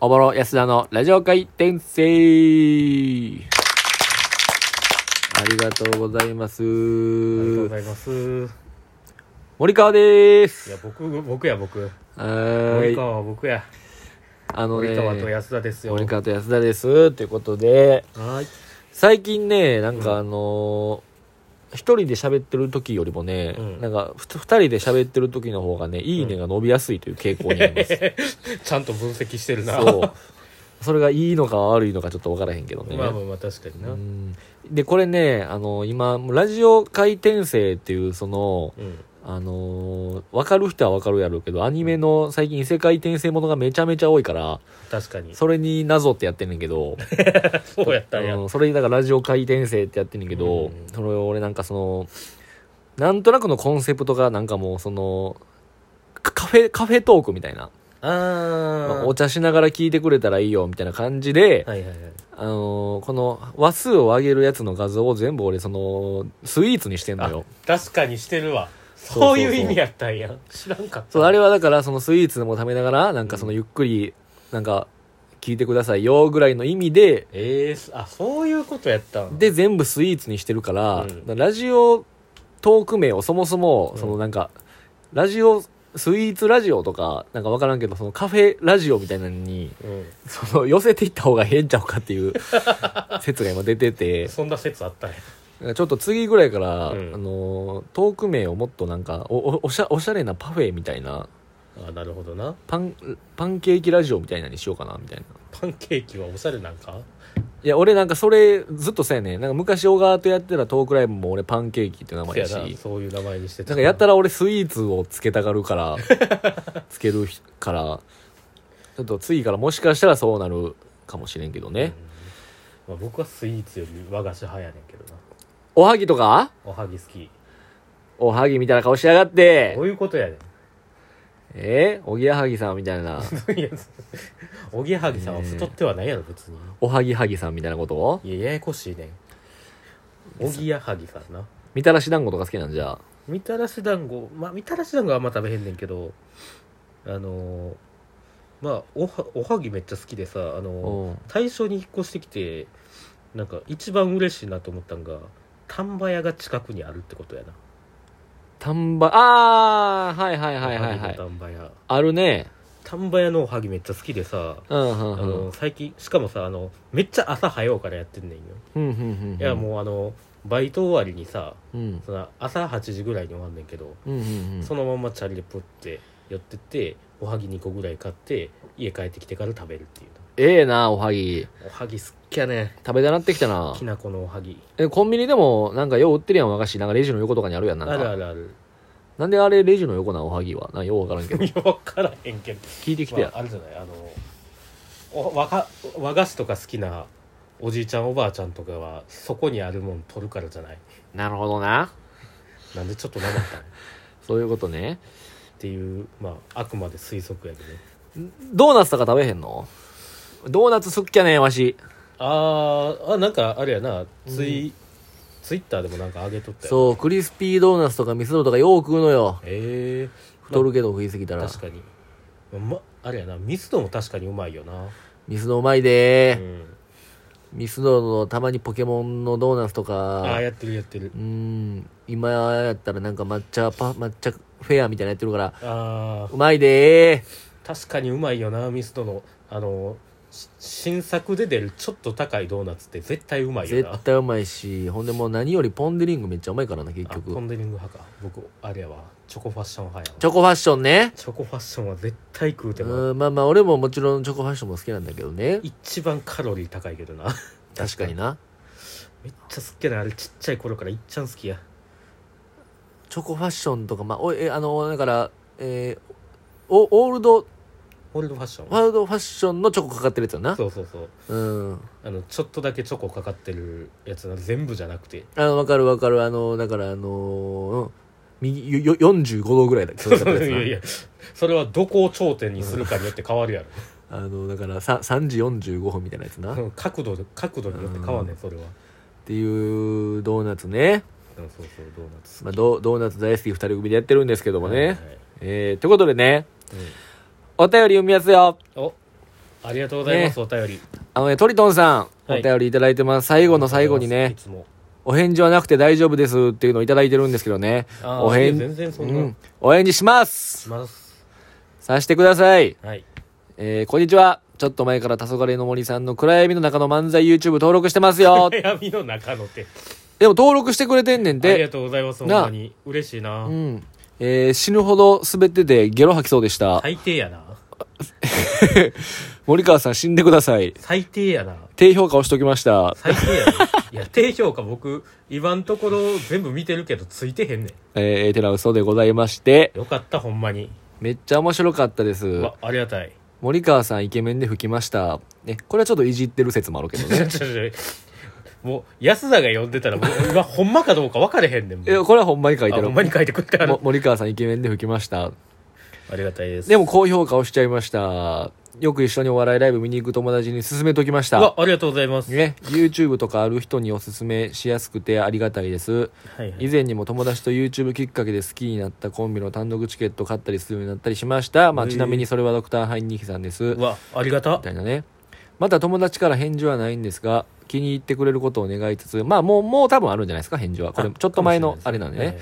おぼろ安田のラジオ界転生ありがとうございますありがとうございます。い森川ですや、僕、僕や、僕。はー森い川は僕や。あのね森川と安田ですよ。森川と安田ですということではい。最近ねなんかあのー一人で喋ってる時よりもね、うんなんかふ二人で喋ってる時の方がね、いいねが伸びやすいという傾向にあります。ちゃんと分析してるな。そう。それがいいのか悪いのかちょっとわからへんけどね。まあまあまあ、確かにな。ううん。んでこれねあの今ラジオ回転生っていうそのあの分かる人は分かるやろうけどアニメの最近異世界転生ものがめちゃめちゃ多いから確かに。それになぞってやってんねんけどそうやったんや。うんそれにだからラジオ回転生ってやってんねんけど、うんそれを俺なんかそのなんとなくのコンセプトがなんかもうそのカカフェカフェトークみたいな、あー。お茶しながら聞いてくれたらいいよみたいな感じで、はいはいはい。あのーこの話数を上げるやつの画像を全部俺そのスイーツにしてんのよ確かにしてるわ。うそうそうそういう意味やったんや。知らんかった。そうあれは。はだからそのスイーツも食べながらなんかそのゆっくりなんか聞いてくださいよぐらいの意味でええあ、そういうことやったん。で全部スイーツにしてるから、うんラジオトーク名をそもそもうんそのなんか、ラジオスイーツラジオとかなんかわからんけどそのカフェラジオみたいなのにうん。その寄せていった方が変ちゃうかっていう説が今出ててそんな説あったんや。ちょっと次ぐらいから、うんあのートーク名をもっとなんかおおおしゃおしゃれなパフェみたいなあなるほどな。パンパンケーキラジオみたいなにしようかなみたいなパンケーキはおしゃれなんかいや俺なんかそれずっとさやねなんか昔小川とやってたトークライブも俺パンケーキって名前やしせやなそういう名前にしてなんかやったら。ら俺スイーツをつけたがるから つける日からちょっと次からもしかしたらそうなるかもしれんけどね、まあ、僕はスイーツより和菓子派やねんけどな。おはぎとかおはぎ好き。おはぎみたいな顔しやがってどういうことやねん。えーおぎやはぎさんみたいな いやおぎやはぎさんは太ってはないやろ別におはぎはぎさんみたいなこといやややこしいねんおぎやはぎさんなみたらし団子とか好きなんじゃみたらし団子まあみたらし団子はあんま食べへんねんけどあのーまあおはおはぎめっちゃ好きでさあのーうん大正に引っ越してきてなんか一番嬉しいなと思ったんが丹波屋が近くにあるってことやな丹波ああはいはいはいはいはおぎいの丹波屋あるね丹波屋のおはぎめっちゃ好きでさうんうんあうのんー最近しかもさあのめっちゃ朝早うからやってんねんようんうんうんいやもうあのバイト終わりにさうんその朝8時ぐらいに終わんねんけど、うんうんうんそのままチャリでプって寄ってっておはぎ2個ぐらい買って家帰ってきてから食べるっていうええなおはぎおはぎ好きやね食べたなってきたなきなこのおはぎえコンビニでもなんかよう売ってるやん和菓子なんかレジの横とかにあるやんなあんかるあるあるなんであれレジの横なんおはぎはなんかようわからんけ どいや分からへんけど、聞いてきてや、まあ、あるじゃないあのお和が和菓子とか好きなおじいちゃんおばあちゃんとかはそこにあるもん取るからじゃない なるほどななんでちょっとなかったんっそういうことねていうまああくまで推測やけどドーナツとか食べへんのドーナツ好きやねんわしあーあなんかあれやなツイ,、ツイッターでもなんか上げとったよそうクリスピードーナツとかミスドとかよう食うのよえ太るけど食いすぎたえら確かに、ま、あれやなミスドも確かにうまいよなミスドうまいでうー、んミスドのたまにポケモンのドーナツとああかーやってるやってるうん今やったらなんか抹茶パ抹茶フェアみたいなやってるからあーうまいでー確かにうまいよなミスドのあのし新作で出るちょっと高いドーナツって絶対うまいよな絶対うまいしほんでもう何よりポン・デ・リングめっちゃうまいからな結あポ局ンデリング派か僕あれやわチョコファッション派やわチョコファッションねチョコファッションは絶対食うてもうんまあまあ俺ももちろんチョコファッションも好きなんだけどね一番カロリー高いけどな確かになめっちゃ好きやなあれちっちゃい頃からいっちゃん好きやチョコファッションとかまあおえあのだからえーおオールドオールドファッションワールドファッションのチョコかかってるやつよなそうそうそううんあのちょっとだけチョコかかってるやつな全部じゃなくてあのわかるわかるあのだからあのーうん右よよ45度ぐらいだそうそうかかってるいやつなやいやそれはどこを頂点にするかによって変わるやあのだからさ3時45分みたいなやつな、っろ角度で角度によって変わんねんそれはていうドーナツね、うんそうそうドーナツまあ、ドドーナツ大好き2人組でやってるんですけどもね、はいはいえー、ということでねお便り読みますよおありがとうございます、お便り。あのね、トリトンさん、おはい便りいただいてます。最後の最後にいね、つも。お返事はなくて大丈夫ですっていうのをいただいてるんですけどね。あーお返いや全然そうんな。ん。お返事しましすます。さしてください。はい。えー、こんにちは。ちょっと前から黄昏の森さんの暗闇の中の漫才 YouTube 登録してますよ。闇の中の手。でも登録してくれてんねんありがて。とうございます、本な当に。嬉しいなう。ん。えー、死ぬほど滑っててゲロ吐きそうでした。最低やな。森川さん死んでください。最低やな。低評価をしときました。最低やな。いや、低評価僕、今んところ全部見てるけど、ついてへんねえー、てな嘘でございまして。ん。よかった、ほんまに。めっちゃ面白かったです。わ、ありがたい。森川さんイケメンで吹きました。ね、これはちょっといじってる説もあるけ どちょね。ちょちょもう、安田が呼んでたら、もう、今、ほんまかどうか分かれへんねん。もうえ、これはほんまに書いてあほるん。まに書いてくれてあるも。森川さんイケメンで吹きました。ありがたいです。でも高評価をしちゃいました。よく一緒にお笑いライブ見に行く友達に勧めときましうわた。、ありがとうございます。ね、YouTube とかある人におすすめしやすくてありがたいです。はいはい以前にも友達と YouTube きっかけで好きになったコンビの単独チケット買ったりするようになったりしました。まあ、へえちなみにそれはドクターハインニヒさんです。うわ、ありがたみ。たいなね。また友達から返事はないんですが、気に入ってくれることを願いつつ、まあもう、もう多分あるんじゃないですか、返事は。これ、ちょっと前のあれなんでね。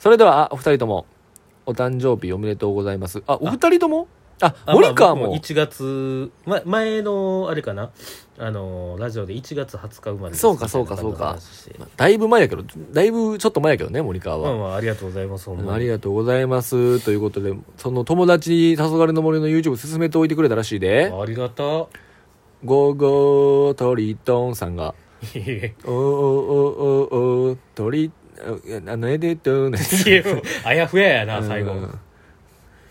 それでは、あお二人とも、お誕生日おめでとうございます。あ、お二人ともあ、森川まあ僕も。 1月、ま、前のあれかなあのラジオで1月20日生まれですそうかそうかそうかみたいな感じの話してだいぶ前やけど、だいぶちょっと前やけどね、森川まあは。まあありがとうございますほんあまりにがとうございます。ということで、その友達に黄昏の森の YouTube 進めておいてくれたらしいで、ありがとゴーゴートリトンさんが、ういやおーおーおーおートリ、ああの、えでとね。もう あやふややな最後うん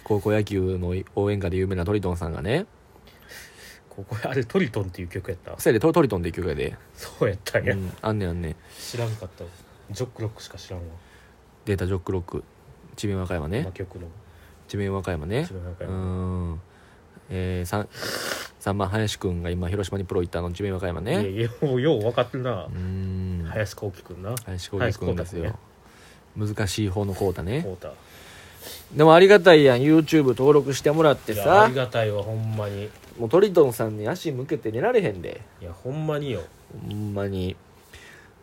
高校野球の応援歌で有名なトリトンさんがねここあれトリトンっていう曲やったそれでトトリトンでいう曲やで、そうやったんうやん、あんねんあんねん知らんかったわジョックロックしか知らんわデータジョックロック智弁和歌山ね魔曲の智弁和歌山ね知らんかうやはんえー、三三番林くんが今広島にプロ行ったの智弁和歌山いやねいやもうよう分かってるなうん林幸輝くんな林浩貴くんですよ、林難しい方のコータねコータでもありがたいやん YouTube 登録してもらっていやあさりがたいわほんまにもうトリトンさんに足向けて寝られへんでいやほんまによほんまに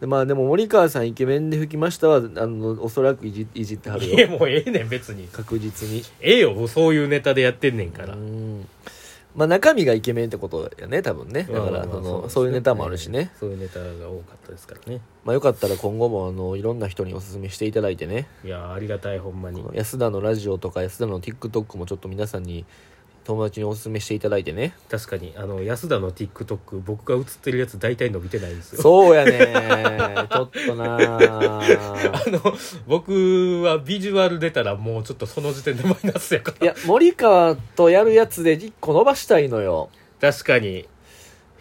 でまあでも森川さんイケメンで吹きましたはあのおそらくいじいじってはるいやよもうええねん別に確実にええよそういうネタでやってんねんかうらんまあ中身がイケメンってことやね多分ねだからそのそういうネタもあるしねそういうネタが多かったですからねまあよかったら今後もあのいろんな人におすすめしていただいてねいやーありがたいほんまにこの安田のラジオとか安田の TikTok もちょっと皆さんに友達におすすめしていただいてね確かにあの安田の TikTok 僕が映ってるやつ大体伸びてないんですよそうやねちょっとなあ あの僕はビジュアル出たらもうちょっとその時点でマイナスやかいや森川とやるやつで1個伸ばしたいのよら確かに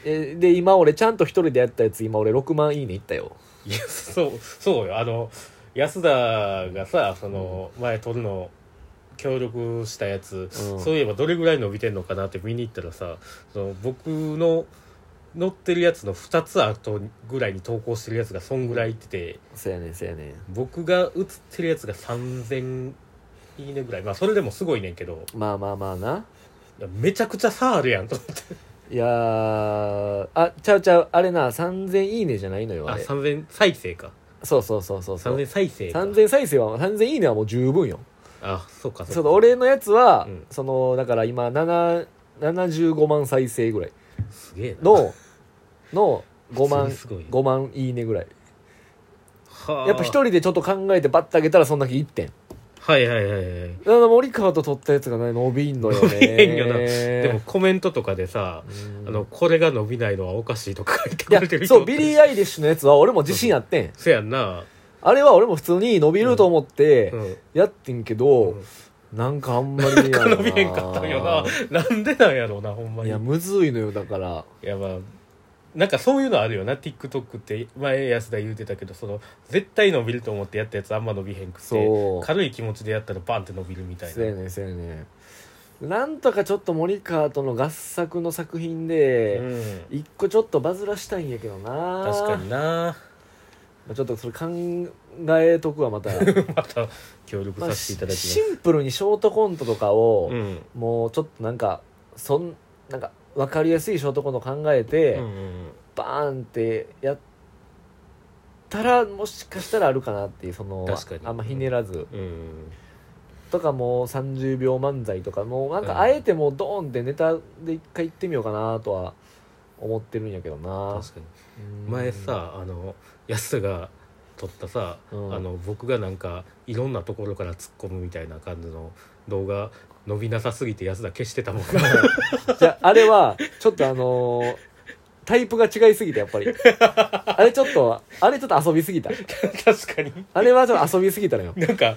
えで今俺ちゃんと一人でやったやつ今俺6万いいねいったよいやそうそうよあの安田がさその前撮るの協力したやつ、うんそういえばどれぐらい伸びてんのかなって見に行ったらさその僕の乗ってるやつの2つ後ぐらいに投稿してるやつがそんぐらいいっててそやねんそやねん僕が映ってるやつが3000いいねぐらいまあそれでもすごいねんけどまあまあまあないやめちゃくちゃ差あるやんと思っていやーあちゃうちゃうあれな3000いいねじゃないのよああれ3000再生かそうそうそうそうそう3000再生か3000再生は3000いいねはもう十分よあそうかそうかそうだ俺のやつは、うんそのだから今7 75万再生ぐらいすげえな のの5万普通にすごい5万いいねぐらいはあやっぱ一人でちょっと考えてバッと上げたらそんだけ1点はいはいはいはいだから森川と撮ったやつがね伸びんのよね ええんよなでもコメントとかでさ、うんあのこれが伸びないのはおかしいとか書いていくやれてる人そうビリー・アイリッシュのやつは俺も自信あってんせやんな、あれは俺も普通に伸びると思ってうん、やってんけど、うんなんかあんまりやな 伸びへんかったんよななんでなんやろうなほんまいにいややむずいのよだからまあなんかそういうのあるよな TikTok って前安田言うてたけどその絶対伸びると思ってやったやつあんま伸びへんくてそう軽い気持ちでやったらバンって伸びるみたいそうやなねんそうやねんなんとかちょっと森川との合作の作品うでん一個ちょっとバズらしたいんやけどな確かにな まあちょっとそれ考えとくわま たまた協力まあさせていただきます、シンプルにショートコントとかを、うんもうちょっとなんかそんなんか分かりやすいショートコントを考えて、うんうんバーンってやったらもしかしたらあるかなっていうその確かにあんまひねらずうんうんとかもう30秒漫才とかもうなんうんかあえてもうドーンってネタで一回行ってみようかなとは思ってるんやけどな確かにうん前さあの安田が撮ったさ、うんあの僕がなんかいろんなところから突っ込むみたいな感じの動画伸びなさすぎて安田消してたもん なじゃああれはちょっとあのータイプが違いすぎたやっぱりあれちょっとあれちょっと遊びすぎた確かにあれはちょっと遊びすぎたのよ、なんか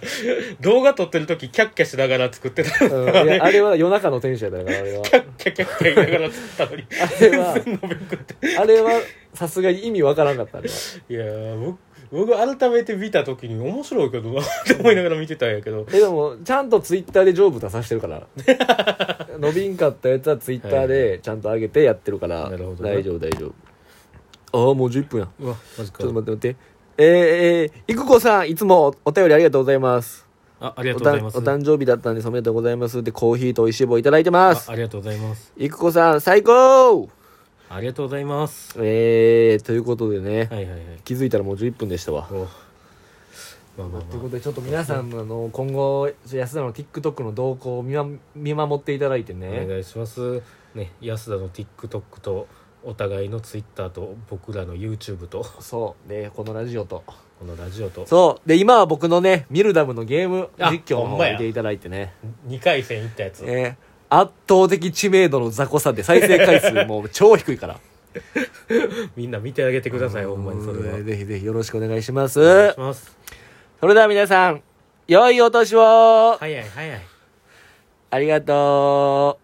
動画撮ってる時キャッキャしながら作ってたうキん、いやあれは夜中のテンションやったからあれはャッキャキャッキャ言いながら作ったのにあれは全然伸びなくてあれはさすがに意味わからんかったあれはいやー僕僕改めて見た時に面白いけどなって思いながら見てたんやけどえでもちゃんとツイッターで上部出さしてるから 伸びんかったやつはツイッターでちゃんと上げてやってるから、なるほどね大丈夫大丈夫ああもう10分やうわマジちょっと待って待ってえー、えー、いくこさんいつもお便りありがとうございますあありがおとうござい誕ますお誕生日だったんですおめでとうございますでコーヒーと美味しい棒いただいてまあすありがとうございますいくこさん最高ありがとうございますえー、ということでね、はいはいはい気づいたらもう11分でしたわおまあまあまということでちょっと皆さんのあの今後安田の TikTok の動向を見ま見守っていただいてあおね願いしますね安田の TikTok とお互いの Twitter と僕らの YouTube とそうでこのラジオとこのラジオとそうで今は僕のねミルダムのゲームあ実況のほ方んをまや見ていただいてね、 2回戦行ったやつえー圧倒的知名度の雑魚さで再生回数もう超低いからみんな見てあげてくださいほんまにそれはうんぜひぜひよろしくお願いしますお願いしますそれでは皆さん良いお年を、早い早いありがとう